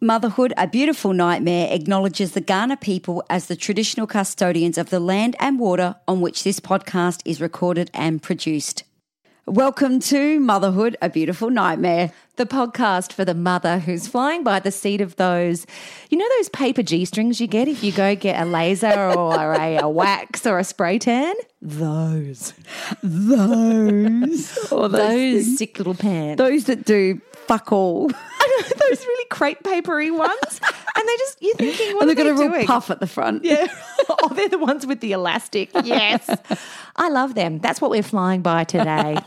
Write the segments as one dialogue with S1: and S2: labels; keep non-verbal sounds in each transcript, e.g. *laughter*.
S1: Motherhood, a Beautiful Nightmare, acknowledges the Ghana people as the traditional custodians of the land and water on which this podcast is recorded and produced. Welcome to Motherhood, a Beautiful Nightmare.
S2: the podcast for the mother who's flying by the seat of those, you know, those paper G strings you get if you go get a laser or a, a wax or a spray tan?
S1: Those, those,
S2: Or those, sick little pants.
S1: those that do fuck
S2: *laughs*
S1: all.
S2: I know, those really crepe papery ones. and they just, you're thinking, what
S1: and
S2: are
S1: they've got
S2: they
S1: a real
S2: doing?
S1: puff at the front.
S2: Yeah. oh, *laughs* they're the ones with the elastic.
S1: *laughs*
S2: Yes. I love them. That's what we're flying by today.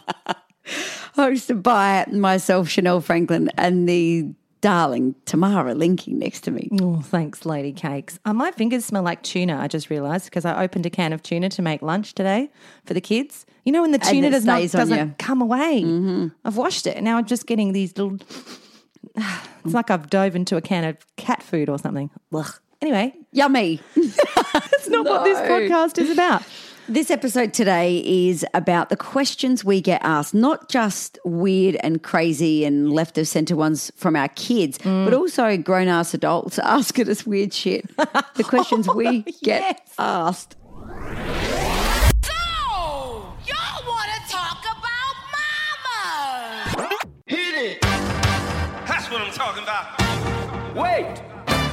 S1: Hosted by myself, Chanel Franklin, and the darling Tamara Linking next to me.
S2: Oh, *laughs* thanks, Lady Cakes. Uh, my fingers smell like tuna, I just realised, because I opened a can of tuna to make lunch today for the kids. You know, when the
S1: And
S2: tuna
S1: it
S2: does not,
S1: stays on you. Mm-hmm.
S2: doesn't come away, I've washed it. and Now I'm just getting these little. *sighs* It's like I've dove into a can of cat food or something. Ugh. Anyway,
S1: Yummy.
S2: that's not what this podcast is about.
S1: This episode today is about the questions we get asked, not just weird and crazy and left of centre ones from our kids,
S2: Mm.
S1: but also grown ass adults *laughs* asking us weird shit. The questions
S2: *laughs*
S1: we get
S2: Oh, yes.
S1: asked.
S3: So, y'all want to talk about mama?
S4: That's what I'm talking about.
S5: Wait!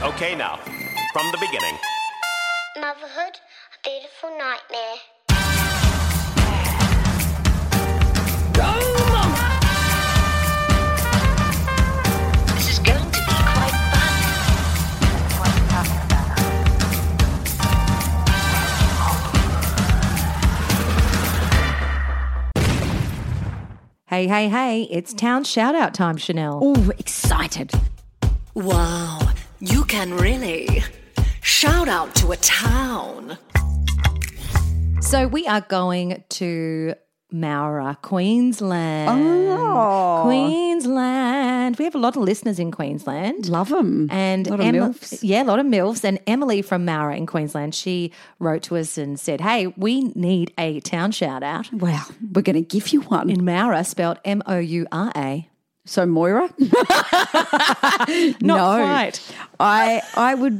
S5: Okay, now, from the beginning.
S6: Motherhood, a beautiful nightmare.
S3: This is going to be quite fun.
S2: Hey, hey, hey, it's town shout out time, Chanel.
S1: Oh, excited.
S3: Wow, you can really shout out to a town.
S2: So we are going to Maura, Queensland.
S1: Oh.
S2: Queensland. We have a lot of listeners in Queensland.
S1: Love them.
S2: And
S1: a lot
S2: Em-
S1: of MILFs.
S2: yeah, a lot of milfs. And Emily from Maura in Queensland, she wrote to us and said, "Hey, we need a town shout out
S1: Wow, we're going to give you one.
S2: in Maura, spelled M O U R A."
S1: So Moira?
S2: *laughs* Not
S1: no.
S2: quite.
S1: I I would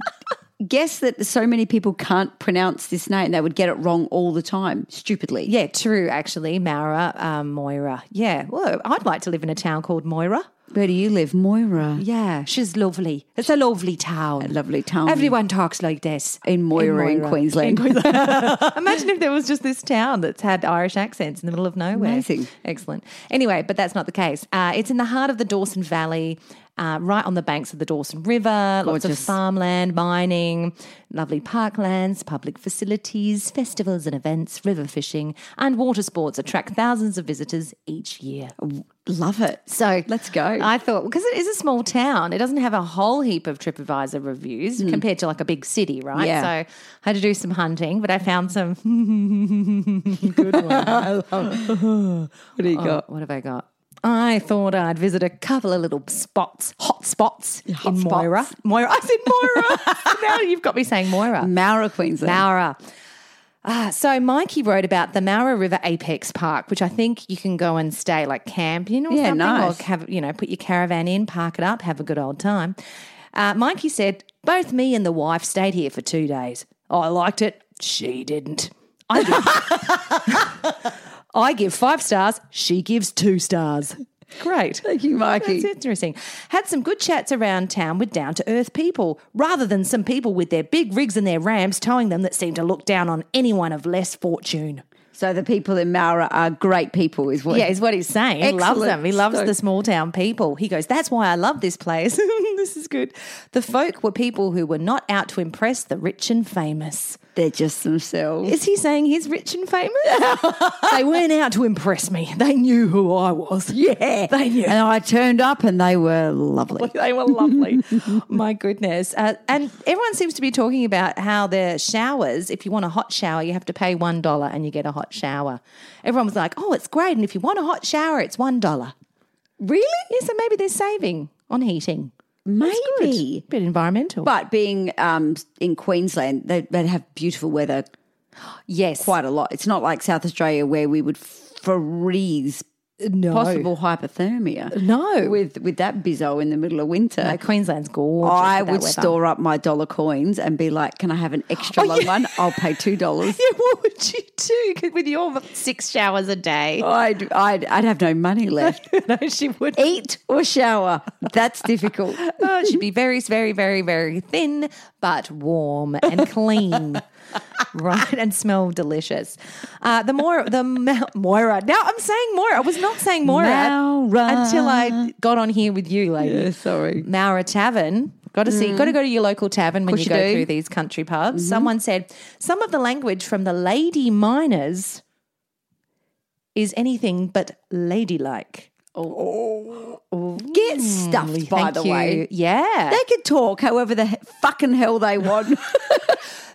S1: guess that so many people can't pronounce this name. They would get it wrong all the time, stupidly.
S2: Yeah, true. Actually, Maura, um, Moira. Yeah. Well, I'd like to live in a town called Moira.
S1: Where do you live? Moira.
S2: Yeah, she's lovely. It's a lovely town.
S1: A lovely town.
S2: Everyone talks like this.
S1: in Moira in,
S2: Moira.
S1: Queensland. *laughs*
S2: Imagine if there was just this town that's had Irish accents in the middle of nowhere.
S1: Amazing.
S2: Excellent. Anyway, but that's not the case. Uh, it's in the heart of the Dawson Valley, uh, right on the banks of the Dawson River. Lots of
S1: Gorgeous.
S2: farmland, mining, lovely parklands, public facilities, festivals and events, river fishing, and water sports attract thousands of visitors each year.
S1: Love it.
S2: So
S1: Let's go.
S2: I thought because it is a small town, it doesn't have a whole heap of TripAdvisor reviews compared to like a big city, right?
S1: Yeah.
S2: So I had to do some hunting, but I found some. *laughs* good one.
S1: what do you got?
S2: Oh, What have I got? I thought I'd visit a couple of little spots, hot spots in Moira. Moira, I said Moira. now you've got me saying Moira.
S1: Maura, Queensland.
S2: Moira. Ah, so Mikey wrote about the Maura River Apex Park, which I think you can go and stay like camping or
S1: Yeah,
S2: something,
S1: nice.
S2: or have you know put your caravan in, park it up, have a good old time. Uh, Mikey said, "Both me and the wife stayed here for two days. Oh, I liked it. She didn't. I give,
S1: *laughs*
S2: I give five stars. She gives two stars. Great.
S1: Thank you, Mikey.
S2: That's interesting. Had some good chats around town with down to earth people, rather than some people with their big rigs and their rams towing them that seem to look down on anyone of less fortune.
S1: So the people in Maura are great people, is what.
S2: Yeah, is what he's saying. He loves
S1: Excellent.
S2: them. He loves
S1: So-
S2: the small town people. He goes, That's why I love this place. *laughs* this is good. The folk were people who were not out to impress the rich and famous.
S1: They're just themselves.
S2: Is he saying he's rich and famous? they weren't out to impress me. They knew who I was. Yeah. They knew.
S1: and I turned up and they were lovely.
S2: They were lovely. My goodness. Uh, and everyone seems to be talking about how their showers, if you want a hot shower, you have to pay $1 and you get a hot shower. Everyone was like, oh, it's great. And if you want a hot shower, it's $1. Really? Yeah, so maybe they're saving on heating.
S1: Maybe.
S2: Bit environmental.
S1: But being um, in Queensland, they, they'd have beautiful weather
S2: yes.
S1: quite a lot. It's not like South Australia where we would freeze
S2: no.
S1: possible hypothermia.
S2: No.
S1: With with that bizzo in the middle of winter.
S2: No, uh, Queensland's gorgeous.
S1: I
S2: with that
S1: would
S2: weather.
S1: store up my dollar coins and be like, "Can I have an extra
S2: Oh,
S1: long
S2: yeah.
S1: one? I'll pay two dollars."
S2: *laughs* Yeah, what would you do 'Cause with your six showers a day? *laughs*
S1: I'd, I'd I'd have no money left.
S2: no, she would
S1: Eat or shower. That's difficult.
S2: Oh, it should be very, very, very, very thin, but warm and
S1: *laughs*
S2: clean. right, and smell delicious. Uh, the Moira, the Ma- Moira. Now I'm saying Moira. I was not saying Moira
S1: Maura.
S2: until I got on here with you, lady.
S1: Yeah, sorry. Mm.
S2: Maura Tavern. Got to see. Got to go to your local tavern when
S1: course
S2: you,
S1: you
S2: go
S1: do. Mm-hmm.
S2: through these country pubs. Someone said some of the language from the lady miners is anything but ladylike.
S1: Oh. Get stuffed, by
S2: Thank
S1: the
S2: you.
S1: way.
S2: *laughs* yeah,
S1: They could talk however the he- fucking hell they
S2: *laughs*
S1: want.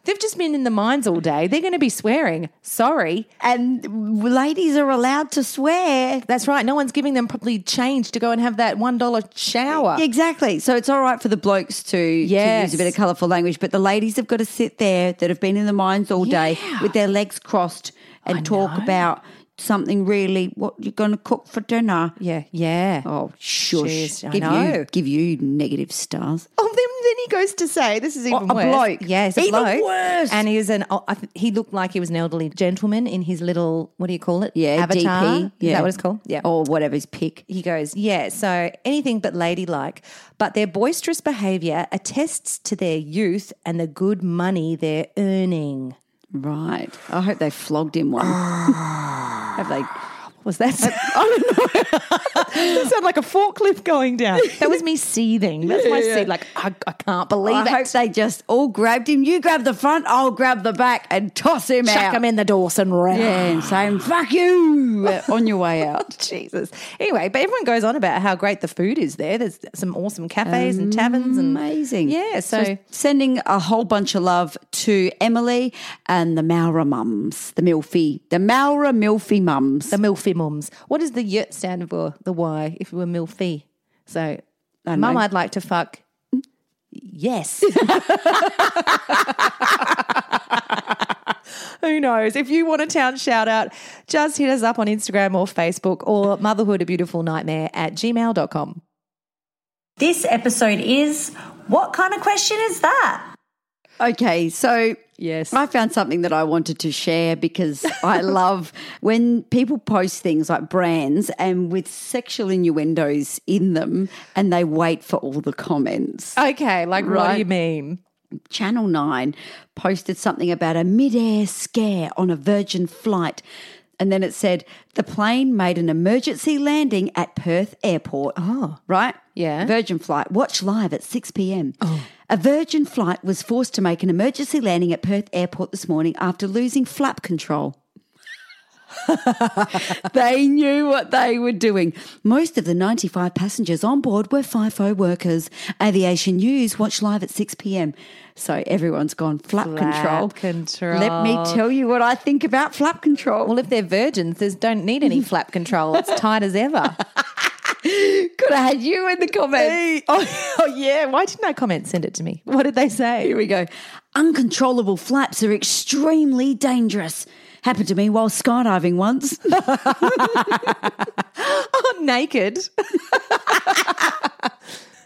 S2: They've just been in the mines all day. They're going to be swearing. Sorry.
S1: and ladies are allowed to swear.
S2: That's right. No one's giving them probably change to go and have that $1 shower.
S1: Exactly. So it's all right for the blokes to, to
S2: Yes.
S1: use a bit of colourful language, but the ladies have got to sit there that have been in the mines all day with their legs crossed and talk about something really what you're going to cook for dinner.
S2: Yeah. Yeah.
S1: Oh, shush.
S2: Jeez, I
S1: give
S2: know.
S1: you give you negative stars.
S2: Oh, then, then he goes to say, "This is even
S1: Oh, a
S2: worse."
S1: bloke.
S2: yes, a
S1: Even
S2: bloke.
S1: worse.
S2: And he was an. oh, I th- He looked like he was an elderly gentleman in his little. What do you call it?
S1: Yeah,
S2: avatar.
S1: DP.
S2: Is
S1: yeah.
S2: that what it's called? Yeah.
S1: Or whatever his pick.
S2: He goes, yeah, so anything but ladylike. But their boisterous behaviour attests to their youth and the good money they're earning.
S1: Right. I hope they flogged him one.
S2: Oh,
S1: have they?
S2: *sighs* Was that? *laughs* it sounded like a forklift going down. *laughs* That was me seething. That's my seed. Like I, I can't believe
S1: I
S2: it.
S1: hope they just all grabbed him. You grab the front, I'll grab the back and toss him
S2: Chuck
S1: out.
S2: them in the Dawson round. *laughs* Oh,
S1: Yeah, and saying, fuck you on your way out.
S2: Jesus. Anyway, but everyone goes on about how great the food is there. There's some awesome cafes and taverns and
S1: Amazing.
S2: Yeah. So,
S1: Sending a whole bunch of love to Emily and the Maura mums, the Milfy, the Maura Milfy mums.
S2: the Milfy mums. What does the yurt stand for? The Y. If you were Milfy. So,
S1: know.
S2: mum, I'd like to fuck. *laughs* Yes. Who knows? If you want a town shout out, just hit us up on Instagram or Facebook or motherhood a beautiful nightmare at gmail.com.
S4: This episode is What kind of question is that?
S1: Okay, so
S2: Yes.
S1: I found something that I wanted to share because I love when people post things like brands and with sexual innuendos in them and they wait for all the comments.
S2: Okay, like what do
S1: Right.
S2: you mean?
S1: Channel 9 posted something about a mid-air scare on a Virgin flight. And then it said the plane made an emergency landing at Perth Airport. Oh. Right?
S2: Yeah.
S1: Virgin flight. Watch live at 6 p.m. A Virgin flight was forced to make an emergency landing at Perth Airport this morning after losing flap control. they knew what they were doing. Most of the 95 passengers on board were FIFO workers. Aviation News watched live at 6 p.m. So everyone's gone flap, control.
S2: Flap control.
S1: Let me tell you what I think about flap control.
S2: *laughs* Well, if they're virgins, they don't need any flap control. It's tight as ever.
S1: Could have had you in the comments.
S2: oh, oh, yeah. Why didn't I comment? Send it to *laughs* me. What did they say?
S1: Here we go. Uncontrollable flaps are extremely dangerous. Happened to me while skydiving once.
S2: Oh, naked.
S1: *laughs*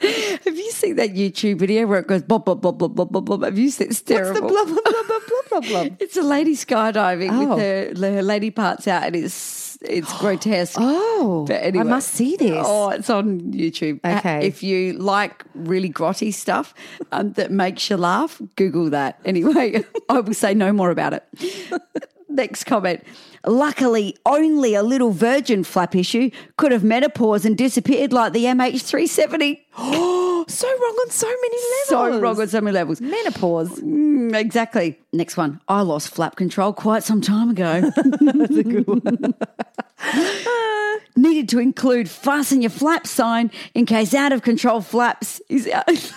S1: Have you seen that YouTube video where it goes blah blah blah blah blah blah blah? Have you seen it's
S2: It's the
S1: terrible?
S2: blah, blah, blah, blah, blah, blah, blah.
S1: *laughs* It's a lady skydiving
S2: Oh.
S1: with her, her lady parts out, and it's
S2: *gasps*
S1: it's grotesque.
S2: Oh,
S1: But anyway.
S2: I must see this.
S1: Oh, it's on YouTube. Uh,
S2: Okay.
S1: If you like really grotty stuff um, that makes you laugh, Google that. Anyway, *laughs* I will say no more about it. *laughs* Next comment. Luckily, only a little virgin flap issue could have menopause and disappeared like the MH370.
S2: So wrong on so many levels.
S1: So wrong on so many levels.
S2: menopause.
S1: Mm, exactly. Next one. I lost flap control quite some time
S2: *laughs*
S1: ago. *laughs* Needed to include fasten your flap sign in case out of control flaps is out. *laughs*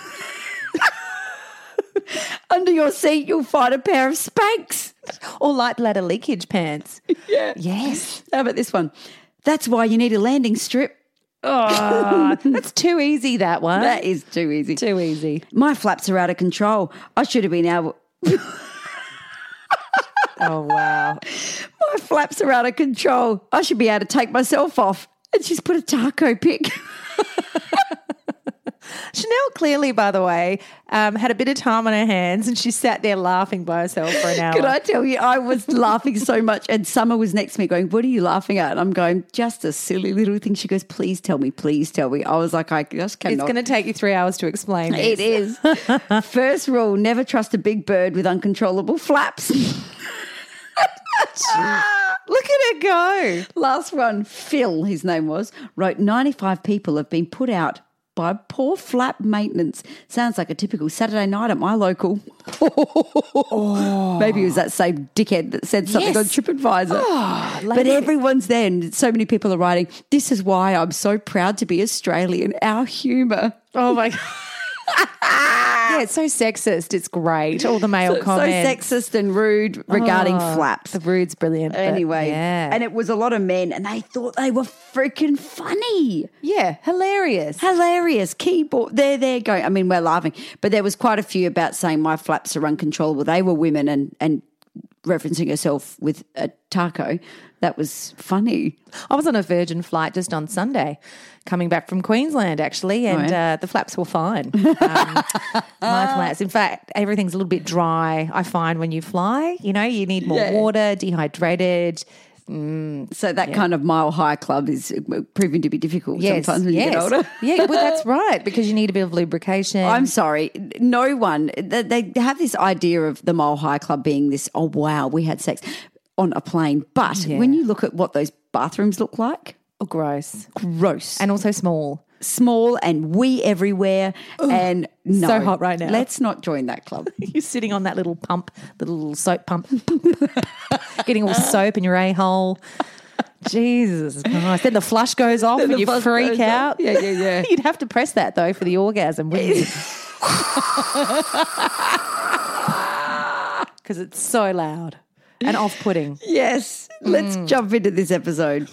S1: Under your seat, you'll find a pair of spanks.
S2: Or light bladder leakage pants.
S1: *laughs* Yeah.
S2: Yes.
S1: How about this one? That's why you need a landing strip.
S2: Oh, that's too easy, that
S1: *laughs*
S2: one.
S1: That is too easy.
S2: too easy.
S1: My flaps are out of control. I should have been able.
S2: Oh, wow.
S1: My flaps are out of control. I should be able to take myself off. And she's put a taco pic.
S2: Chanel clearly, by the way, um, had a bit of time on her hands and she sat there laughing by herself
S1: *laughs*
S2: for an hour.
S1: *laughs* Can I tell you, I was laughing so much, and Summer was next to me going, What are you laughing at? And I'm going, Just a silly little thing. She goes, Please tell me, please tell me. I was like, I just
S2: it's
S1: cannot.
S2: going to take you three hours to explain this.
S1: it is. *laughs* First rule never trust a big bird with uncontrollable
S2: *laughs*
S1: flaps.
S2: Look at her go.
S1: Last one, Phil, his name was, wrote 95 people have been put out by poor flap maintenance. Sounds like a typical Saturday night at my local. *laughs* Maybe it was that same dickhead that said something
S2: Yes. Ah,
S1: on TripAdvisor. but everyone's there, and so many people are writing, This is why I'm so proud to be Australian. Our humour.
S2: *laughs* Oh my god. yeah, it's so sexist. It's great. All the male
S1: So
S2: comments.
S1: sexist and rude regarding
S2: Oh,
S1: flaps.
S2: The rude's brilliant. but
S1: Anyway,
S2: yeah,
S1: and it was a lot of men, and they thought they were freaking funny.
S2: yeah, hilarious.
S1: Hilarious keyboard. There, there, going. I mean, we're laughing, but there was quite a few about saying my flaps are uncontrollable. They were women and and referencing herself with a taco. That was funny.
S2: I was on a Virgin flight just on Sunday, coming back from Queensland actually, and
S1: yeah.
S2: uh, the flaps
S1: *laughs*
S2: were fine. Um, my flaps, in fact, everything's a little bit dry. I find when you fly, you know, you need more
S1: Yeah.
S2: water, dehydrated.
S1: So that kind of mile high club is proving to be difficult
S2: Yes,
S1: sometimes when
S2: yes.
S1: you get older.
S2: yeah, well, that's right because you need a bit of lubrication.
S1: I'm sorry. No one. They they have this idea of the Mile High Club being this. Oh wow, we had sex on a plane. But when you look at what those bathrooms look like,
S2: oh, gross
S1: gross and
S2: and also small.
S1: small and wee everywhere. and no,
S2: so hot right now.
S1: Let's not join that club.
S2: *laughs* You're sitting on that little pump, the little soap pump, *laughs* getting all soap in your a hole. Jesus Christ. Then the flush goes off and
S1: the
S2: you
S1: flush
S2: freak
S1: goes off.
S2: out.
S1: Yeah, yeah, yeah.
S2: *laughs* You'd have to press that though for the orgasm, wouldn't
S1: *laughs*
S2: you? *laughs* Because it's so loud and off putting.
S1: *laughs* yes, let's jump into this episode.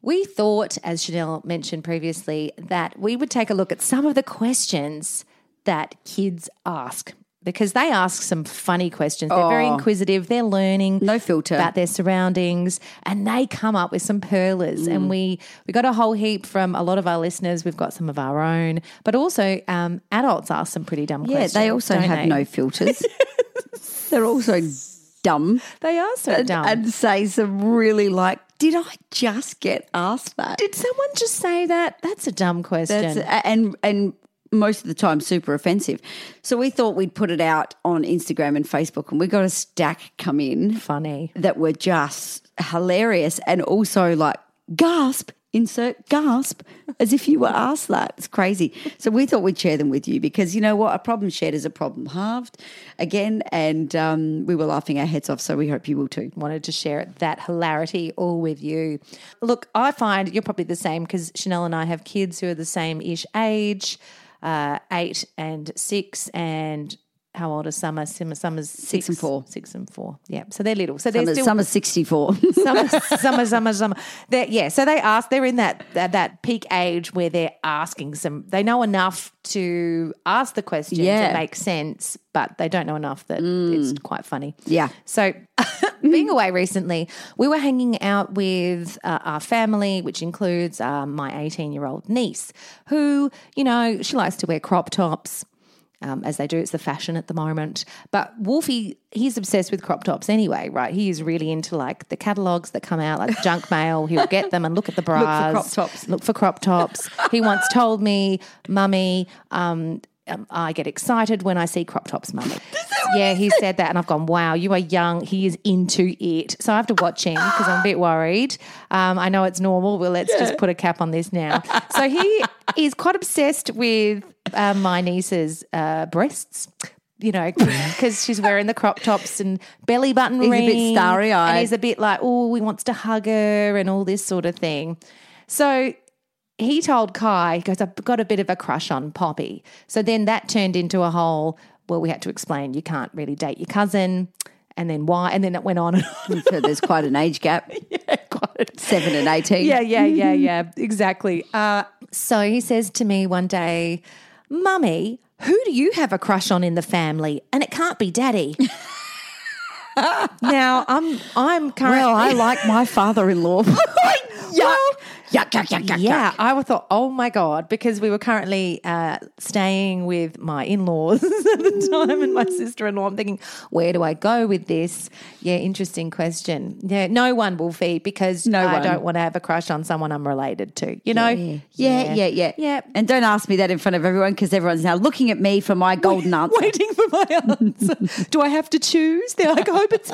S2: We thought, as Chanel mentioned previously, that we would take a look at some of the questions that kids ask because they ask some funny questions. They're very inquisitive, they're learning.
S1: Oh. No filter.
S2: About their surroundings, and they come up with some perlers.
S1: Mm.
S2: And we we got a whole heap from a lot of our listeners. We've got some of our own, but also um, adults ask some pretty dumb
S1: Yeah,
S2: questions.
S1: they also
S2: don't
S1: have
S2: they?
S1: no *laughs* filters. They're also dumb
S2: They are so dumb.
S1: and say some really like. Did I just get asked that?
S2: Did someone just say that? That's a dumb question.
S1: That's a- and and most of the time super offensive. So we thought we'd put it out on Instagram and Facebook, and we got a stack come in
S2: funny.
S1: that were just hilarious and also like gasp. Insert gasp as if you were asked that. It's crazy. So we thought we'd share them with you because you know what? A problem shared is a problem halved again. And um, we were laughing our heads off. So we hope you will too.
S2: wanted to share that hilarity all with you. Look, I find you're probably the same because Chanel and I have kids who are the same ish age, uh, eight and six, and how old is Summer? Summer Summer's six,
S1: and four.
S2: Six and four. Yeah. So they're little. So they're
S1: Summer's,
S2: still *laughs*
S1: Summer's 64.
S2: summer, *laughs* summer, summer, summer. They're, yeah, so they ask. They're in that, that that peak age where they're asking some. They know enough to ask the questions
S1: Yeah. Mm.
S2: that make sense, but they don't know enough that it's quite funny.
S1: *laughs* Yeah.
S2: So, *laughs* being away recently, we were hanging out with uh, our family, which includes uh, my 18 year old niece, who, you know, she likes to wear crop tops. Um, as they do, it's the fashion at the moment. But Wolfie, he's obsessed with crop tops anyway, right? He is really into like the catalogs that come out, like
S1: *laughs*
S2: junk mail. He'll get them and look at the bras.
S1: crop tops.
S2: Look for crop tops. he once told me, "Mummy, um, um, I get excited when I see crop tops,
S1: *laughs*
S2: Mummy." yeah, he said that, and I've gone, "Wow, you are young." He is into it, so I have to watch him because I'm a bit worried. Um, I know it's normal. Well, let's just put a cap on
S1: *laughs*
S2: this now. so he is quite obsessed with uh, my niece's uh, breasts. You
S1: *laughs*
S2: know, because she's wearing the crop tops and belly button
S1: He's a bit
S2: ring,
S1: starry-eyed.
S2: and he's a bit like, oh, he wants to hug her and all this sort of thing. So he told Kai, he goes, I've got a bit of a crush on Poppy. So then that turned into a whole, well, we had to explain you can't really date your cousin. And then why? And then it went on and on. *laughs*
S1: so there's quite an age gap, seven and 18.
S2: Yeah, yeah, yeah, yeah. Exactly. Uh, so he says to me one day, Mummy, who do you have a crush on in the family? And it can't be daddy. *laughs* now I'm I'm currently
S1: Well, I like my father-in-law. *laughs*
S2: Well,
S1: yuck, yuck, yuck, yuck,
S2: yeah, I would thought, oh my god, because we were currently uh, staying with my in-laws *laughs* at the time, and my sister-in-law. I'm thinking, where do I go with this? Yeah, interesting question. Yeah, no one will feed because
S1: No
S2: I
S1: one.
S2: don't want to have a crush on someone I'm related to. You know,
S1: Yeah, yeah, yeah.
S2: Yeah.
S1: And don't ask me that in front of everyone because everyone's now looking at me for my golden answer.
S2: waiting for my answer. Do I have to choose? They're like, I hope it's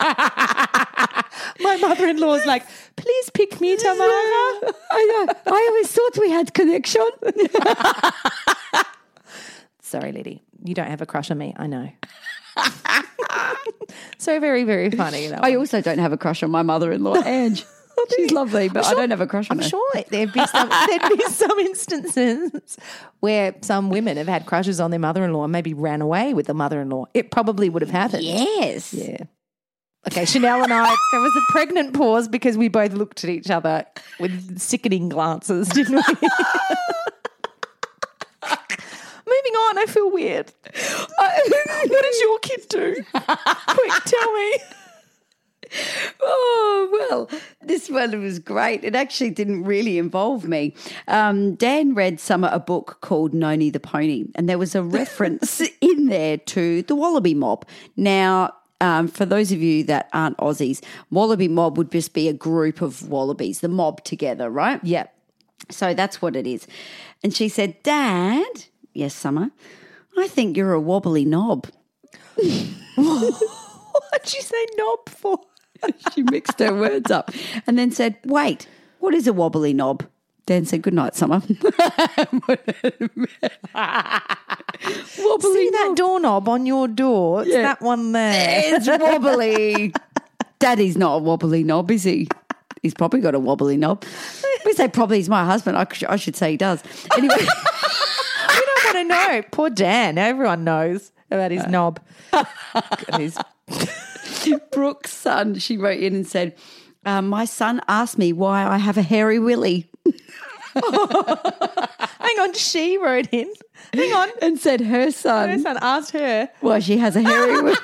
S1: *laughs*
S2: me. *laughs* my mother-in-law's like, please pick me, Tamara.
S1: I know. I always thought we had connection.
S2: Sorry, Liddy, you don't have a crush on me. I know. *laughs* so very, very funny.
S1: *laughs*
S2: That
S1: I
S2: one.
S1: also don't have a crush on my mother-in-law, *laughs* Ange. She's lovely, but I don't have a crush on
S2: I'm
S1: her.
S2: sure there'd be some *laughs* there'd be some instances where some women have had crushes on their mother-in-law and maybe ran away with the mother-in-law. It probably would have happened.
S1: Yes.
S2: Yeah. Okay, Chanel and I, there was a pregnant pause because we both looked at each other with sickening glances, didn't we? *laughs* Moving on, I feel weird. I- what does your kid do? Quick, tell me.
S1: Oh, well, this one was great. It actually didn't really involve me. Um, Dan read Summer a book called Noni the Pony, and there was a reference in there to the Wallaby Mob. Now, um, for those of you that aren't Aussies, Wallaby Mob would just be a group of wallabies, the mob together, right?
S2: Yep.
S1: So that's what it is. And she said, Dad, yes, Summer, I think you're a wobbly knob. *laughs*
S2: What'd you say knob for?
S1: *laughs* she mixed her words up and then said, Wait, what is a wobbly knob? Dan said, Good night, Summer. *laughs* wobbly
S2: See that doorknob on your door? It's
S1: Yeah.
S2: that one there.
S1: It's
S2: *laughs*
S1: wobbly. Daddy's not a wobbly knob, is he? He's probably got a wobbly knob. We say probably he's my husband. I, should- I should say he does. Anyway. *laughs*
S2: we don't want to know. Poor Dan. Everyone knows about his knob. and his
S1: Brooke's son, she wrote in and said, uh, My son asked me why I have a hairy willy
S2: Hang on, she wrote in. Hang on.
S1: and said, Her son,
S2: Her son asked her.
S1: why she has a *laughs* hairy willy.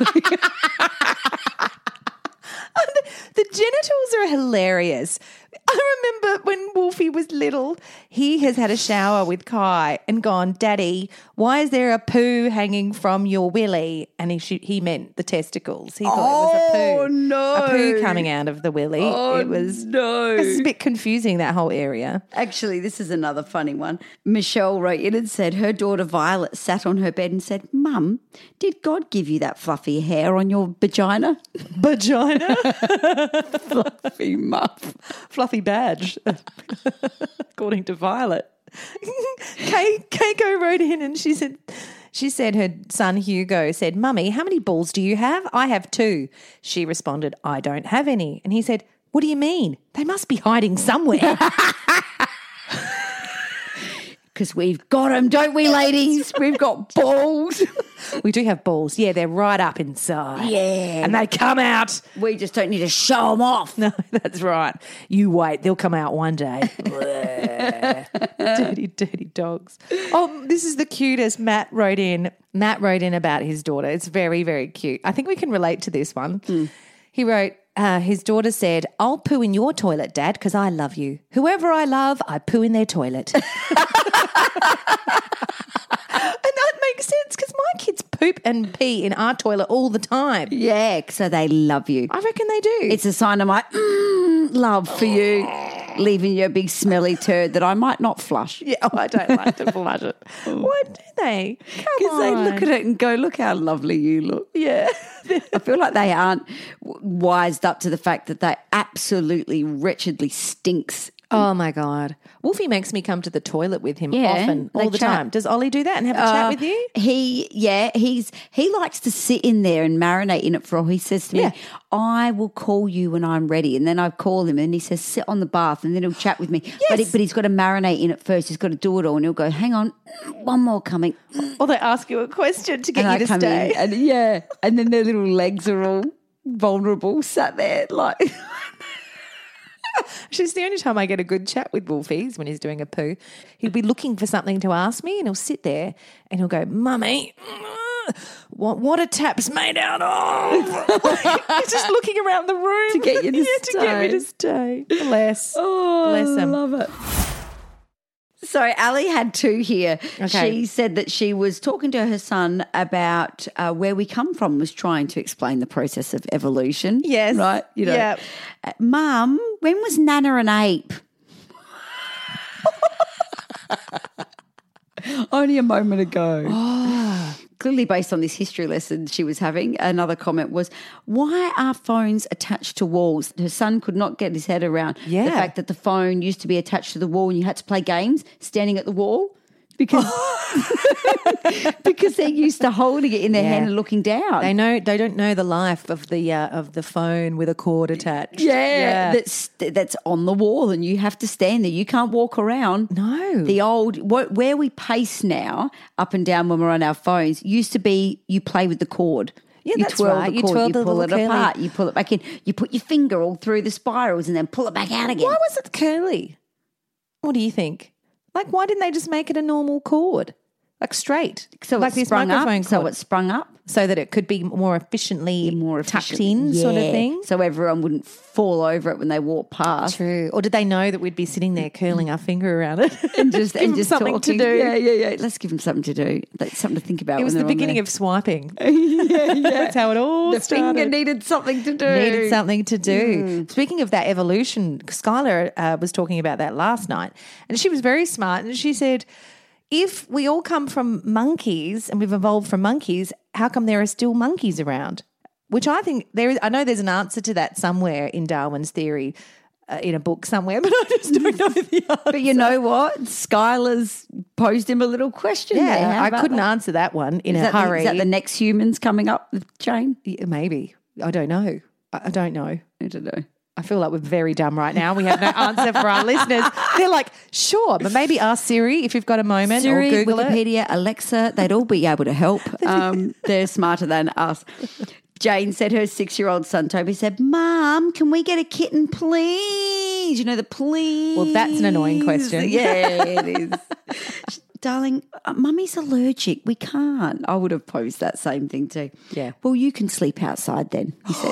S2: The genitals are hilarious. I remember when Wolfie was little, he has had a shower with Kai and gone, Daddy, why is there a poo hanging from your willy? And he, she, he meant the testicles. He thought it was a poo.
S1: Oh, no. Oh,
S2: A poo coming out of the willy. it was
S1: no.
S2: It's a bit confusing, that whole area.
S1: Actually, this is another funny one. Michelle wrote in and said her daughter Violet sat on her bed and said, Mum, did God give you that fluffy hair on your vagina?
S2: Vagina.
S1: Fluffy muff.
S2: fluffy badge, *laughs* according to Violet. *laughs* Kay, Keiko wrote in and she said, she said her son Hugo said, "Mummy, how many balls do you have? I have two. She responded, "I don't have any." And he said, "What do you mean? They must be hiding somewhere."
S1: because we've got them, don't we, ladies? We've *laughs* got balls.
S2: We do have balls. Yeah, they're right up inside. Yeah. And they come out.
S1: We just don't need to show them off.
S2: No, *laughs* that's right. You wait, they'll come out one day.
S1: *laughs*
S2: *laughs* dirty, dirty dogs. Oh, this is the cutest. Matt wrote in. Matt wrote in about his daughter. It's very, very cute. I think we can relate to this one.
S1: Hmm.
S2: He wrote, uh, his daughter said, I'll poo in your toilet, Dad, because I love you. Whoever I love, I poo in their
S1: *laughs*
S2: toilet. *laughs* and that makes sense because my kids poop and pee in our toilet all the time.
S1: Yeah, so they love you.
S2: I reckon they do.
S1: It's a sign of my mm, love for you, leaving you a big smelly turd that I might not flush.
S2: Yeah, oh, I don't like to flush it. Why do they? Come
S1: Because
S2: on.
S1: they look at it and go, look how lovely you look. Yeah. I feel like they aren't w- wised up to the fact that they absolutely wretchedly stinks.
S2: Oh my god, Wolfie makes me come to the toilet with him
S1: Yeah,
S2: often,
S1: they
S2: all the
S1: chat. Uh,
S2: time. Does Ollie do that and have a chat with
S1: *laughs*
S2: you?
S1: He, yeah, he's he likes to sit in there and marinate in it for all. He says to me,
S2: Yeah.
S1: "I will call you when I'm ready," and then I call him, and he says, "Sit on the bath," and then he'll chat with me. But he,
S2: Yes.
S1: but he's got to marinate in it first. He's got to do it all, and he'll go, "Hang on, one more coming."
S2: Or they ask you a question to get
S1: and I
S2: you to
S1: come in,
S2: stay?
S1: and yeah, and then their little legs are all vulnerable, sat there like.
S2: She's the only time I get a good chat with Wolfie is when he's doing a poo. He'll be looking for something to ask me, and he'll sit there and he'll go, "Mummy." What what a tap's made out of? *laughs* He's just looking around the room
S1: To get you to
S2: *laughs*
S1: Oh,
S2: yeah, to get me to stay. Bless, bless him.
S1: it. So Ali had two here.
S2: Okay.
S1: She said that she was talking to her son about uh, where we come from, was trying to explain the process of evolution.
S2: Yes.
S1: right. You know,
S2: Yep.
S1: Uh, Mum, when was Nana an ape? Only a moment ago Oh, clearly based on this history lesson she was having, another comment was, Why are phones attached to walls? Her son could not get his head around
S2: Yeah.
S1: the fact that the phone used to be attached to the wall and you had to play games standing at the wall. Because, *laughs* because they're used to holding it in their
S2: Yeah.
S1: hand and looking down.
S2: They know they don't know the life of the uh, of the phone with a cord attached.
S1: yeah, that's that's on the wall, and you have to stand there. You can't walk around.
S2: No.
S1: the old what, where we pace now, up and down when we're on our phones, used to be you play with the cord.
S2: Yeah,
S1: you
S2: that's
S1: twirl
S2: right.
S1: the
S2: You
S1: cord, you,
S2: twirl the
S1: pull it
S2: little curly.
S1: apart, you pull it back in, you put your finger all through the spirals, and then pull it back out again.
S2: why was it curly? What do you think? Like, why didn't they just make it a normal cord, like straight,
S1: So
S2: like
S1: it sprung up. So
S2: cord,
S1: it sprung up.
S2: so that it could be more efficiently
S1: More
S2: tucked
S1: efficiently.
S2: in, sort of
S1: Yeah.
S2: thing.
S1: So everyone wouldn't fall over it when they walked past.
S2: True. Or did they know that we'd be sitting there curling our finger around it
S1: And just,
S2: Give
S1: and
S2: them
S1: just
S2: something
S1: talking.
S2: to do?
S1: Yeah, yeah, yeah. Let's give them something to do. That's something to think about.
S2: It
S1: when
S2: was the
S1: they're on
S2: beginning
S1: there. *laughs*
S2: of swiping. That's how it all
S1: the
S2: started.
S1: finger needed something to do.
S2: Needed something to
S1: Hmm.
S2: do. Speaking of that evolution, Skylar uh, was talking about that last night, and she was very smart. And she said, "If we all come from monkeys and we've evolved from monkeys, how come there are still monkeys around?" Which I think there is. I know there's an answer to that somewhere in Darwin's theory, uh, in a book somewhere, *laughs* but I just don't know the answer.
S1: *laughs* But you know what? Skylar's posed him a little question. there. How
S2: Yeah, I
S1: about
S2: couldn't
S1: that?
S2: answer that one in
S1: Is
S2: a
S1: that, the,
S2: hurry.
S1: is that the next humans coming up the chain?
S2: Yeah, Maybe I don't know. I I don't know.
S1: I don't know.
S2: I feel like we're very dumb right now. We have no answer for our listeners. They're like, sure, but maybe ask Siri if you've got a moment
S1: Siri,
S2: or Google it.
S1: Wikipedia, Alexa, they'd all be able to
S2: *laughs*
S1: help. Um, they're smarter than us. Jane said her six year old son Toby said, Mom, can we get a kitten, please? You know, the please.
S2: Well, that's an annoying question.
S1: Yeah,
S2: *laughs*
S1: it is. Darling, uh, mummy's allergic. We can't. I would have posed that same thing too.
S2: Yeah.
S1: Well, you can sleep outside
S2: *gasps*
S1: then, he said.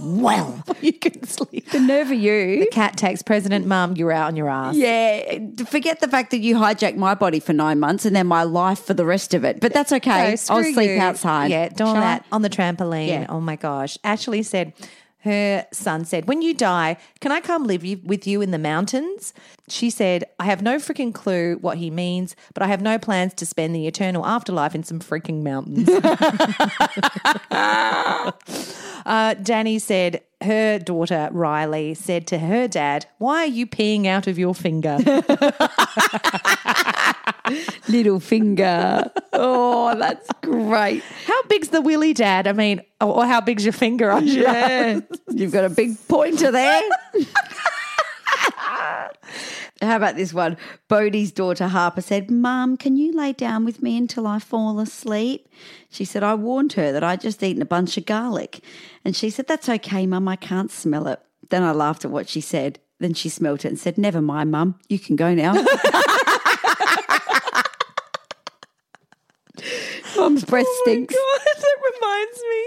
S1: well,
S2: *laughs* You can sleep.
S1: the nerve of you.
S2: The cat takes president, mum, you're out on your ass.
S1: Yeah, forget the fact that you hijacked my body for nine months and then my life for the rest of it. But that's okay.
S2: So
S1: I'll
S2: screw
S1: sleep
S2: you.
S1: outside.
S2: Yeah, doing
S1: Shall I?
S2: that on the trampoline.
S1: Yeah.
S2: Oh my gosh. Ashley said, her son said, When you die, can I come live you- with you in the mountains? She said, I have no freaking clue what he means, but I have no plans to spend the eternal afterlife in some
S1: *laughs*
S2: freaking mountains. *laughs* uh, Danny said, her daughter Riley said to her dad, Why are you peeing out of your finger?
S1: *laughs* Little finger. *laughs* oh, *laughs* that's great.
S2: how big's the willy, dad? I mean, or, or how big's your finger? I should
S1: Yeah. You've got a big pointer there. *laughs* How about this one? Bodie's daughter Harper said, Mum, can you lay down with me until I fall asleep? She said, I warned her that I'd just eaten a bunch of garlic. And she said, That's okay, Mum, I can't smell it. Then I laughed at what she said. Then she smelt it and said, Never mind, Mum, you can go now. Mum's breath stinks.
S2: Oh *laughs* that *laughs* reminds me.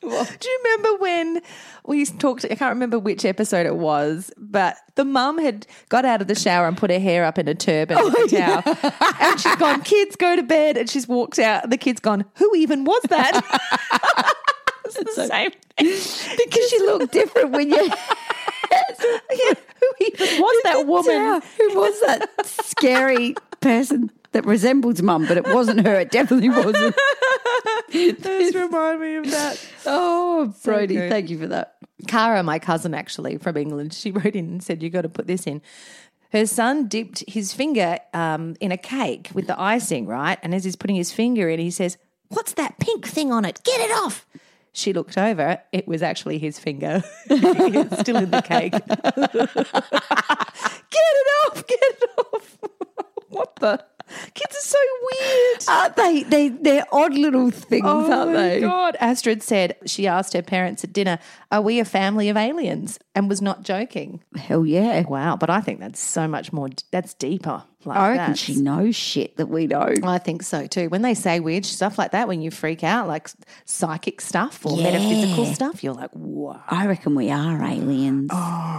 S2: Do you remember when we talked? I can't remember which episode it was, but the mum had got out of the shower and put her hair up in a turban and a towel. *laughs* And she's gone, kids, go to bed. And she's walked out. The kid's gone, who even was *laughs* that? it's the *laughs* same thing.
S1: Because she looked different when you.
S2: *laughs* Yeah, *laughs* who even was that
S1: Yeah,
S2: woman? *laughs*
S1: who was that scary person that resembled mum, but it wasn't her. It definitely
S2: *laughs*
S1: wasn't.
S2: Those remind me of *laughs* that.
S1: Oh, Brody,
S2: good.
S1: thank you for that.
S2: Cara, my cousin actually from England, she wrote in and said, You got to put this in. Her son dipped his finger um, in a cake with the icing, right? And as he's putting his finger in, he says, What's that pink thing on it? Get it off. She looked over. It was actually his finger. *laughs* it's still in the cake. *laughs* get it off. Get it off. *laughs* what the? Kids are so weird.
S1: Aren't Uh, they? They they're odd little things,
S2: Oh
S1: aren't
S2: my
S1: they?
S2: God. Astrid said she asked her parents at dinner, Are we a family of aliens? and was not joking.
S1: Hell yeah.
S2: Wow. But I think that's so much more, that's deeper. Like
S1: I reckon
S2: that.
S1: she knows shit that we don't.
S2: I think so too. When they say weird stuff like that, when you freak out, like psychic stuff or metaphysical stuff, you're like, Whoa.
S1: I reckon we are aliens.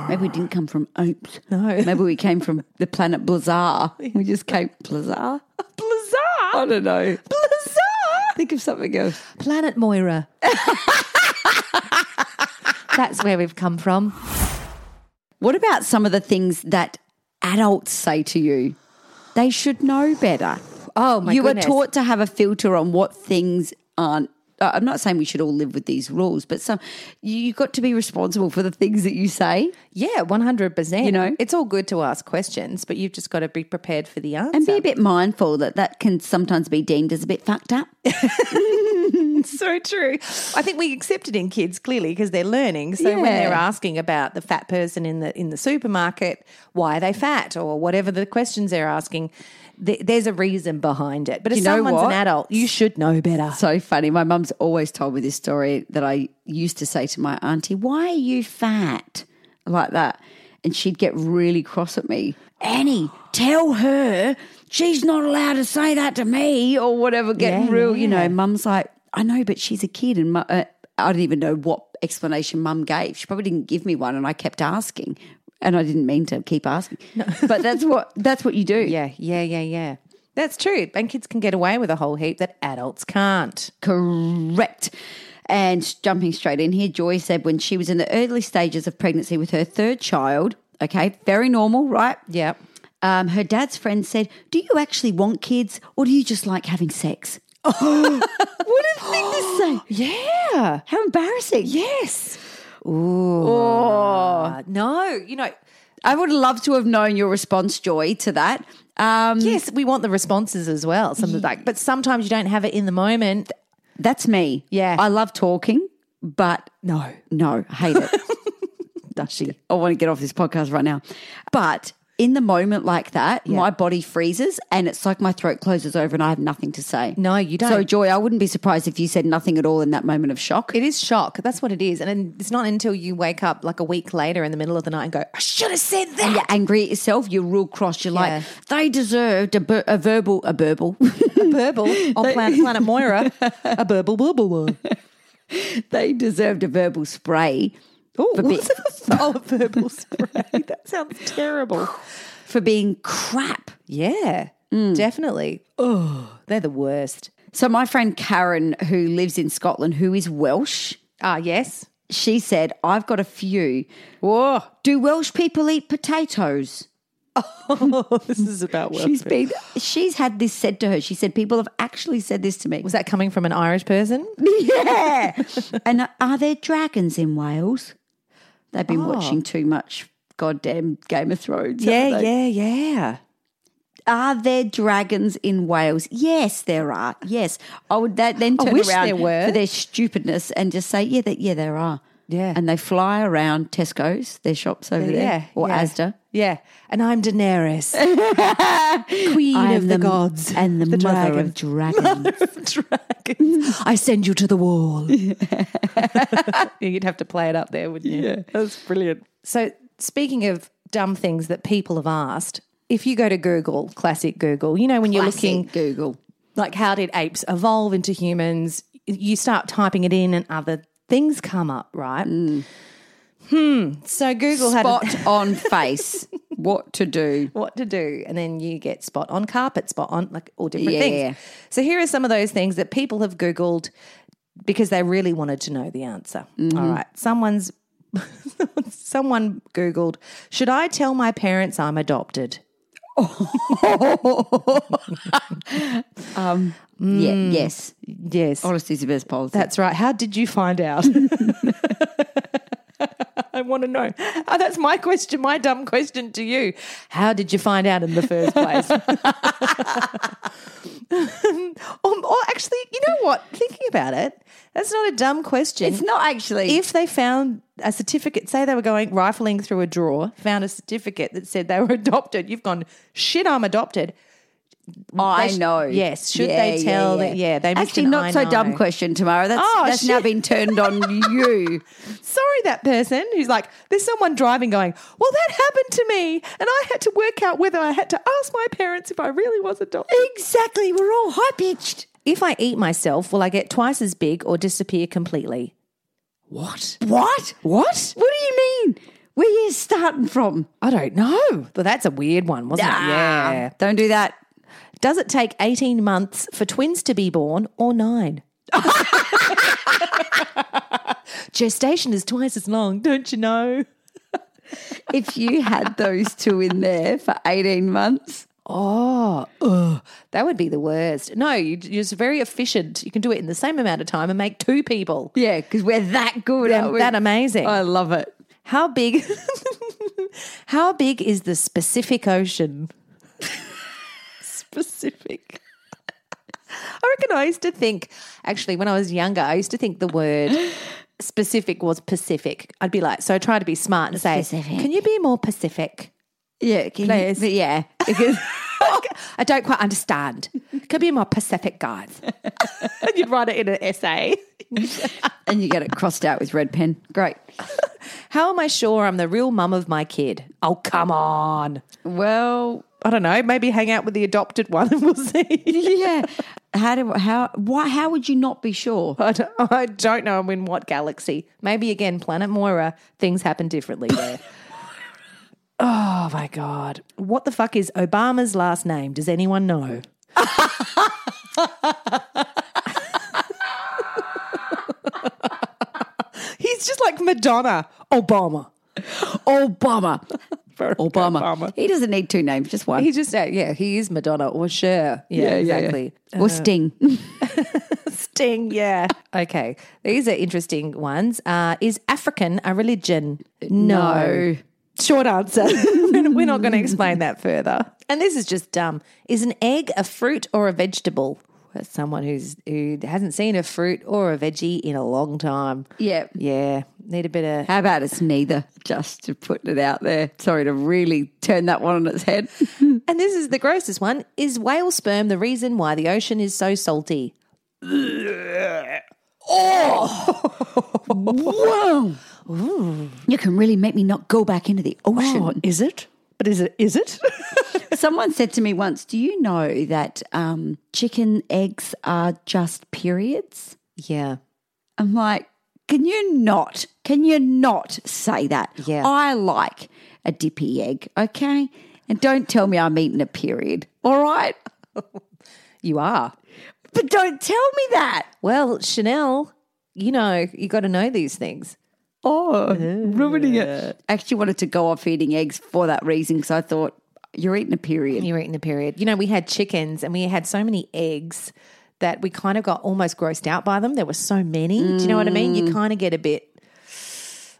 S1: Maybe we didn't come from Oops.
S2: Oh. No.
S1: Maybe we came from the planet Blazar.
S2: *laughs*
S1: We just came Blazar.
S2: Blazar.
S1: I don't know.
S2: Blazar.
S1: Think of something else.
S2: Planet *laughs* Moira. that's where we've come from.
S1: What about some of the things that adults say to you? They should know better.
S2: Oh, my
S1: you
S2: goodness.
S1: were taught to have a filter on what things aren't. I- I'm not saying we should all live with these rules, but some you- you've got to be responsible for the things that you say
S2: Yeah, 100%.
S1: You know?
S2: it's all good to ask questions, but you've just got to be prepared for the answer.
S1: and be a bit mindful that that can sometimes be deemed as a bit fucked up.
S2: *laughs* so true. I think we accept it in kids clearly because they're learning. So when
S1: Yeah.
S2: they're asking about the fat person in the in the supermarket, why are they fat or whatever the questions they're asking, th- there's a reason behind it. But if
S1: You know
S2: someone's an
S1: what?
S2: adult, you should know better.
S1: So funny. My mum's always told me this story that I used to say to my auntie, Why are you fat? Like that. And she'd get really cross at me. Annie, tell her she's not allowed to say that to me or whatever, getting
S2: Yeah,
S1: real, you
S2: yeah.
S1: know. Mum's like, I know, but she's a kid. And mu- uh, I don't even know what explanation mum gave. She probably didn't give me one. And I kept asking. And I didn't mean to keep asking. but that's what that's what you do.
S2: *laughs* Yeah, yeah, yeah, yeah. That's true. And kids can get away with a whole heap that adults can't.
S1: Correct. And jumping straight in here, Joy said when she was in the early stages of pregnancy with her third child, okay, very normal, right?
S2: Yep.
S1: Um, her dad's friend said, Do you actually want kids or do you just like having *gasps* sex? what a thing to say. *gasps*
S2: Yeah.
S1: How embarrassing.
S2: Yes.
S1: Oh.
S2: Uh, no, you know,
S1: I would love to have known your response, Joy, to that. Um,
S2: yes, we want the responses as well. Something like, but sometimes you don't have it in the moment.
S1: That's me.
S2: Yeah.
S1: I love talking, but
S2: No.
S1: No, I hate
S2: *laughs*
S1: it. Dusty. I want to get off this podcast right now. But in the moment like that, my body freezes and it's like my throat closes over and I have nothing to say.
S2: No, you don't.
S1: So, Joy, I wouldn't be surprised if you said nothing at all in that moment of shock.
S2: It is shock. That's what it is. And then it's not until you wake up like a week later in the middle of the night and go, "Oh, I should have said that.
S1: and you're angry at yourself. You're real cross. You're
S2: Yeah.
S1: like, they deserved a, bur- a verbal, a
S2: *laughs*
S1: verbal. *laughs*
S2: Burble on *laughs* planet, planet Moira. A burble burble.
S1: they deserved a verbal spray
S2: Oh,
S1: For me.
S2: *laughs* oh, a
S1: *laughs*
S2: verbal spray. That sounds terrible.
S1: for being crap.
S2: Yeah, definitely. Oh, they're the worst.
S1: So, my friend Karen, who lives in Scotland, who is Welsh,
S2: Ah, yes.
S1: she said, I've got a few. Whoa. Do Welsh people eat potatoes?
S2: Oh, *laughs* this is about work.
S1: She's been she's had this said to her. She said, People have actually said this to me.
S2: Was that coming from an Irish person?
S1: yeah. and are there dragons in Wales? They've been watching too much goddamn Game of Thrones. haven't they?
S2: *laughs* Oh. yeah, yeah.
S1: Are there dragons in Wales? Yes, there are. Yes. I would that then
S2: I
S1: turn
S2: wish
S1: around
S2: there were.
S1: for their stupidness and just say, Yeah, that yeah, there are.
S2: Yeah.
S1: And they fly around Tesco's, their shops over there,
S2: Yeah.
S1: or
S2: yeah.
S1: Asda.
S2: Yeah. And I'm *laughs* Daenerys, queen
S1: I am
S2: of the, gods
S1: and the, mother of dragons.
S2: *laughs* dragons. I send you to the *laughs* wall. You'd have to play it up there, wouldn't you? Yeah, that's brilliant. So, speaking of dumb things that people have asked, if you go to Google, classic Google, you know when you're looking
S1: Google.
S2: like how did apes evolve into humans? You start typing it in, and other things come up, right? Hmm. So Google had a-
S1: Spot
S2: *laughs*
S1: on face. What to do?
S2: what to do, and then you get spot on carpet, spot on like all different
S1: Yeah.
S2: things. So here are some of those things that people have Googled because they really wanted to know the answer. All right, someone's *laughs* someone Googled, should I tell my parents I'm adopted?
S1: Yeah,
S2: Mm.
S1: yes.
S2: Yes,
S1: Honesty's the best policy.
S2: That's right. How did you find out? *laughs* I want to know. Oh, that's my question, my dumb question to you. How did you find out in the first place? *laughs* or, or actually, you know what? Thinking about it, that's not a dumb question.
S1: it's not actually.
S2: If they found a certificate, say they were going rifling through a drawer, found a certificate that said they were *laughs* adopted, you've gone, shit, I'm adopted.
S1: I
S2: they sh-
S1: know.
S2: yes, should they tell that- yeah, they missed
S1: actually
S2: an
S1: not
S2: I
S1: so dumb
S2: know.
S1: question, Tamara. That's
S2: Oh,
S1: that's now
S2: shit.
S1: been turned
S2: *laughs*
S1: on you.
S2: sorry, that person who's like, there's someone driving going, well, that happened to me. And I had to work out whether I had to ask my parents if I really was adopted.
S1: Exactly. We're all high pitched.
S2: If I eat myself, will I get twice as big or disappear completely? What?
S1: What? What? What do you mean? Where you starting from?
S2: I don't know. But that's a weird one, wasn't it?
S1: Ah,
S2: Yeah.
S1: Don't do that.
S2: Does it take 18 months for twins to be born or *laughs* nine? Gestation is twice as long, don't you know?
S1: If you had those two in there for 18 months,
S2: Oh, ugh, that would be the worst. No, you, you're just very efficient. You can do it in the same amount of time and make two people.
S1: yeah, because we're that good.
S2: That-
S1: aren't we?
S2: that amazing.
S1: I love it.
S2: How big? *laughs* how big is the
S1: *laughs*
S2: Pacific Ocean? Specific. I reckon I used to think, actually, when I was younger, I used to think
S1: *gasps*
S2: the word specific was Pacific. I'd be like, so I try to be smart and say,
S1: Specific.
S2: can you be more Pacific?
S1: Yeah, can you-
S2: Please.
S1: but yeah, *laughs* because
S2: I don't quite understand. Could be more Pacific, guys. *laughs* You'd write it in an essay.
S1: and you get it crossed out with red pen. Great.
S2: How am I sure I'm the real mum of my kid? Oh, come on.
S1: Well,
S2: I don't know. Maybe hang out with the adopted one and we'll see.
S1: *laughs* yeah. How do how why how would you not be *laughs* sure?
S2: I don't, *laughs* I don't know. I'm in what galaxy. Maybe again, planet Moira. Things happen differently there. *laughs* oh my god! What the fuck is Obama's last name? Does anyone *laughs* know? He's just like Madonna. Obama. *laughs*
S1: Obama. Obama.
S2: Obama.
S1: He doesn't need two names, just one.
S2: He just uh, yeah. He is Madonna or Cher. Yeah, exactly.
S1: or Sting. *laughs*
S2: Sting, yeah. *laughs* Okay. These are interesting ones. Uh, is African a religion?
S1: No.
S2: Short answer. *laughs* We're not going to explain that further. And this is just dumb. Is an egg a fruit or a vegetable? That's someone who's who hasn't seen a fruit or a veggie in a long time.
S1: Yeah.
S2: Yeah. Need a bit of
S1: How about it's neither? Just to put it out there. Sorry to really turn that one on its head. *laughs*
S2: And this is the grossest one. Is whale sperm the reason why the ocean is so salty?
S1: Whoa. You can really make me not go back into the ocean.
S2: is it? But is it is it?
S1: Oh. *laughs*
S2: *laughs*
S1: Someone said to me once, Do you know that um, chicken eggs are just periods?
S2: yeah.
S1: I'm like, can you not? Can you not say that?
S2: Yeah.
S1: I like a dippy egg, okay? And don't tell me I'm eating a period, all right? *laughs*
S2: You are.
S1: But don't tell me that.
S2: Well, Chanel, you know, you got to know these things.
S1: Oh, ruining it. I actually wanted to go off eating eggs for that reason because I thought, you're eating a period.
S2: You're eating the period. You know, we had chickens and we had so many eggs that we kind of got almost grossed out by them. There were so many. Do you know what I mean? You kind of get a bit.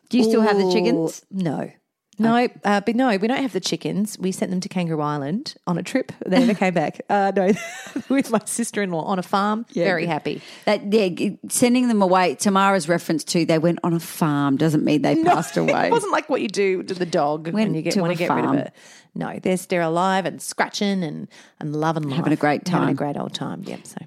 S1: Do you still have the
S2: "Ooh,
S1: chickens?
S2: No. No, uh, but no, we don't have the chickens. We sent them to Kangaroo Island on a trip. They never came back. Uh, no, *laughs* with my sister in law on a farm. Very happy.
S1: That yeah, g- sending them away. Tamara's reference to they went on a farm doesn't mean *laughs*
S2: *laughs*
S1: they passed away.
S2: It wasn't like what you do to the dog when
S1: Went
S2: you get
S1: to
S2: want
S1: a
S2: to get rid of
S1: farm.
S2: it. No, they're still alive and scratching and and loving life,
S1: Having a great
S2: having
S1: time.
S2: a great old time. Yep. So.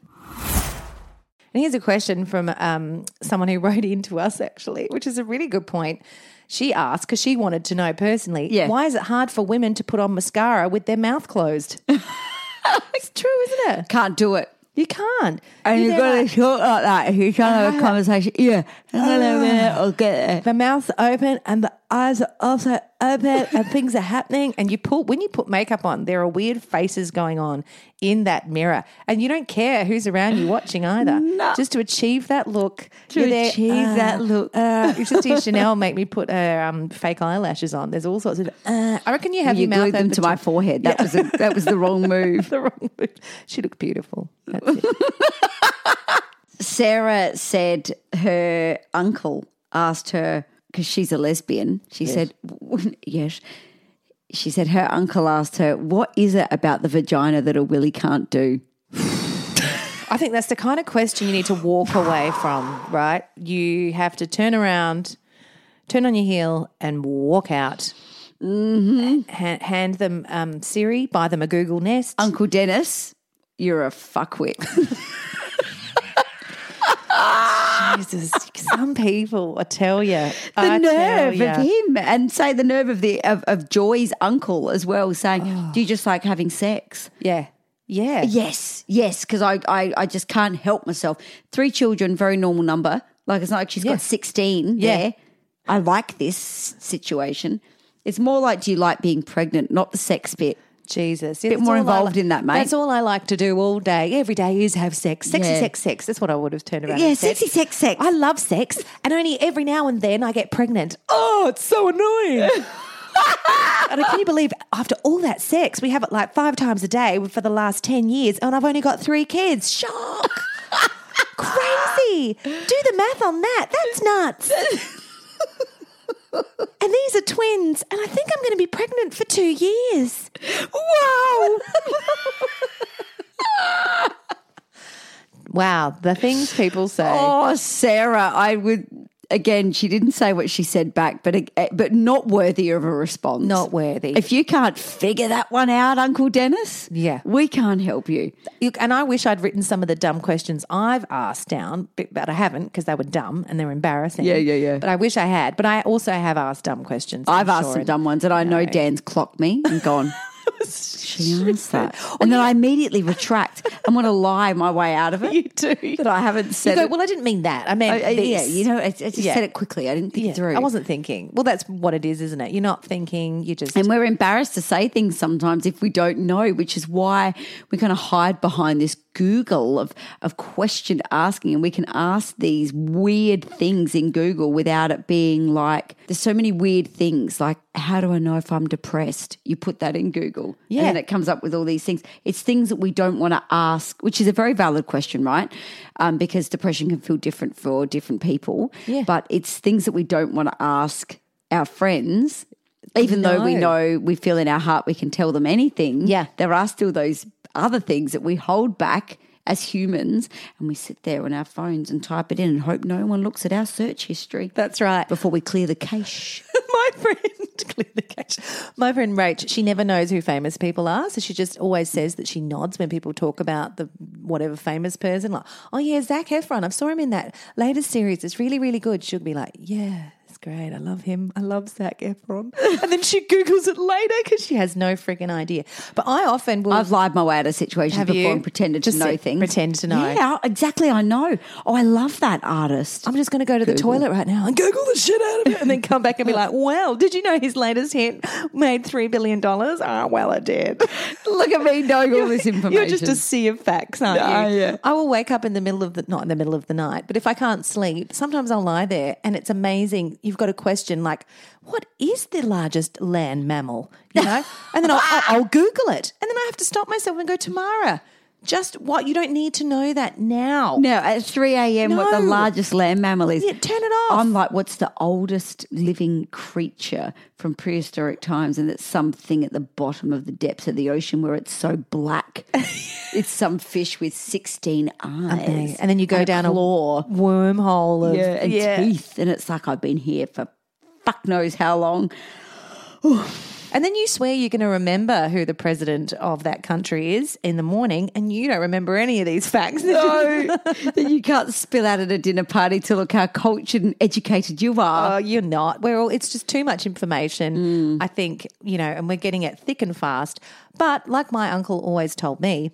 S2: And here's a question from um, someone who *laughs* wrote in to us, actually, which is a really good point. She asked, because she wanted to know personally,
S1: Yeah.
S2: why is it hard for women to put on mascara with their mouth closed? *laughs* it's true, isn't it?
S1: Can't do it.
S2: You can't.
S1: And
S2: You're
S1: you've
S2: there
S1: got
S2: like-
S1: to talk like that. If you're trying to have a conversation, yeah, I'm gonna minute, I'll get it.
S2: the mouth's open and the eyes are also
S1: *laughs*
S2: open and things are happening and you put when you put makeup on there are weird faces going on in that mirror and you don't care who's around you
S1: *laughs*
S2: watching either just to achieve that look
S1: To achieve that look. *laughs*
S2: uh, you should see chanel make me put her um, fake eyelashes on there's all sorts of uh, i reckon you have
S1: You
S2: your mouth
S1: glued them
S2: open
S1: to my forehead. That was a, that was the wrong move.
S2: *laughs* the wrong move. she looked beautiful That's it.
S1: *laughs* Sarah said her uncle asked her because she's a lesbian. She said, "Yes." She said her uncle asked her, "What is it about the vagina that a willy can't do?"
S2: I think that's the kind of question you need to walk away from, right? You have to turn around, turn on your heel, and walk out. Mm-hmm. Ha- hand them um, Siri, buy them a Google Nest. *laughs*
S1: Uncle Dennis, you're a fuckwit. *laughs*
S2: Jesus, some people, I tell you, the
S1: the nerve of him and say the nerve of the of, of Joy's uncle as well, saying, "Do you just like having sex?"
S2: Yeah, yeah,
S1: Yes, yes, because I, I I just can't help myself. Three children, very normal number. Like it's not like she's got sixteen.
S2: Yeah.
S1: there. I like this situation. It's more like, do you like being pregnant? Not the sex bit.
S2: Jesus, a
S1: Bit more involved in that, mate.
S2: That's all I like to do all day, every day is have sex, sexy,
S1: Yeah.
S2: sex, sex. That's what I would have turned around.
S1: Yeah,
S2: and said.
S1: sexy, sex, sex.
S2: I love sex, and only every now and then I get pregnant. Oh, it's
S1: *laughs*
S2: so annoying. and can you believe after all that sex, we have it like five times a day for the last ten years, and I've only got three kids. Shock.
S1: *laughs*
S2: Crazy. Do the math on that. That's nuts. and these are twins, and I think I'm going to be pregnant for two years. Wow. *laughs* wow. The things people say.
S1: Oh, Sarah, I would again. She didn't say what she said back, but eh, but not worthy of a response.
S2: Not worthy.
S1: If you can't figure that one out, Uncle Dennis,
S2: Yeah.
S1: we can't help you.
S2: You, and I wish I'd written some of the dumb questions I've asked down, but, but I haven't because they were dumb and they're embarrassing.
S1: Yeah, yeah, yeah.
S2: But I wish I had. But I also have asked dumb questions.
S1: I've
S2: I'm
S1: asked
S2: sure.
S1: some dumb ones, and I know Dan's clocked me and *laughs* gone. she asked that, and then I immediately retract and want to lie my way out of it. *laughs* You do that. I haven't
S2: You
S1: said
S2: go,
S1: it.
S2: well, I didn't mean that. I
S1: I-
S2: meant
S1: I-
S2: this.
S1: yeah, you know, I, I just
S2: Yeah.
S1: said it quickly. I didn't think
S2: Yeah,
S1: through.
S2: I wasn't thinking. Well, that's what it is, isn't it? You're not thinking. You just.
S1: And we're embarrassed to say things sometimes if we don't know, which is why we kind of hide behind this Google of, of question asking. And we can ask these weird things in Google without it being like, there's so many weird things. Like, how do I know if I'm depressed? You put that in Google.
S2: Yeah.
S1: And then it comes up with all these things. It's things that we don't want to ask, which is a very valid question, right? Um, because depression can feel different for different people.
S2: Yeah.
S1: But it's things that we don't want to ask our friends even though we know we feel in our heart we can tell them anything,
S2: Yeah.
S1: there are still those other things that we hold back as humans and we sit there on our phones and type it in and hope no one looks at our search history.
S2: That's right.
S1: Before we clear the cache.
S2: *laughs* my friend, clear the cache. My friend Rach, she never knows who famous people are, so she just always says that she nods when people talk about the whatever famous person. Like, oh yeah, Zach Efron, I saw him in that latest series. It's really, really good. She'll be like, yeah. It's great. I love him. I love
S1: *laughs*
S2: Zach Efron. And then she Googles it later because she has no freaking idea. But I often will.
S1: I've lied my way out of situations
S2: Have
S1: before
S2: you?
S1: and pretended
S2: Just
S1: to know
S2: sit-
S1: things.
S2: pretend to know.
S1: Yeah, exactly. I know. Oh, I love that artist.
S2: I'm just going to go to the toilet right now and Google the shit out of it and then come back
S1: *laughs*
S2: and be like, wow, did you know his latest hit made $3 billion? Ah, well, it did.
S1: Look at me knowing all this
S2: *laughs* You're
S1: information.
S2: just a sea of facts, aren't
S1: Yeah,
S2: you?
S1: yeah.
S2: I will wake up in the middle of the not in the middle of the night, but if I can't sleep, sometimes I'll lie there and it's amazing. You've got a question like, what is the
S1: *laughs*
S2: largest land mammal? You know? And then I'll, I'll, I'll Google it. And then I have to stop myself and go, Tamara, Just what you don't need to know that now.
S1: No, at 3 a.m., what the
S2: No.
S1: largest land mammal is.
S2: Yeah, turn it off.
S1: I'm like, what's the oldest living creature from prehistoric times? And it's something at the bottom of the depths of the ocean where it's so
S2: *laughs*
S1: black. it's some fish with 16 eyes.
S2: Okay. And then you go down a
S1: claw.
S2: wormhole of
S1: Yeah, and teeth. And it's like, I've been here for fuck knows how long. *laughs*
S2: And then you swear you're going to remember who the president of that country is in the morning, and you don't remember any of these facts. *laughs*
S1: No, that you can't spill out at a dinner party to look how cultured and educated you are.
S2: Oh, you're not. We're all, it's just too much information, I think, you know, and we're getting it thick and fast. But like my uncle always told me,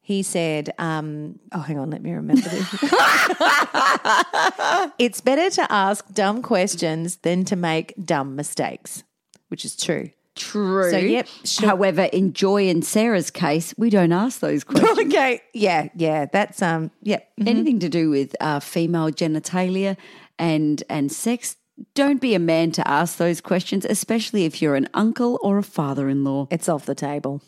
S2: he said, um, oh, hang on, let me remember this. it's better to ask dumb questions than to make dumb mistakes, which is true.
S1: True.
S2: So, yep, sure.
S1: However, in Joy and Sarah's case, we don't ask those questions.
S2: *laughs* okay. Yeah. Yeah. That's, um, yep.
S1: Anything to do with uh, female genitalia and and sex, don't be a man to ask those questions, especially if you're an uncle or a father-in-law.
S2: It's off the table.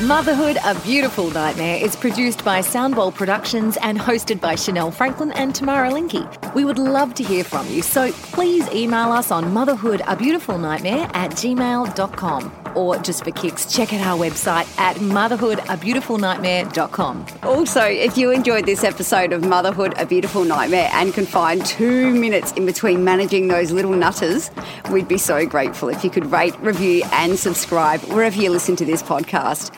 S3: Motherhood, a Beautiful Nightmare is produced by Soundbowl Productions and hosted by Chanel Franklin and Tamara Linky. We would love to hear from you, so please email us on motherhoodabeautifulnightmare at gmail.com. Or just for kicks, check out our website at motherhoodabeautifulnightmare.com.
S7: Also, if you enjoyed this episode of Motherhood a Beautiful Nightmare and can find two minutes in between managing those little nutters, we'd be so grateful if you could rate, review, and subscribe wherever you listen to this podcast.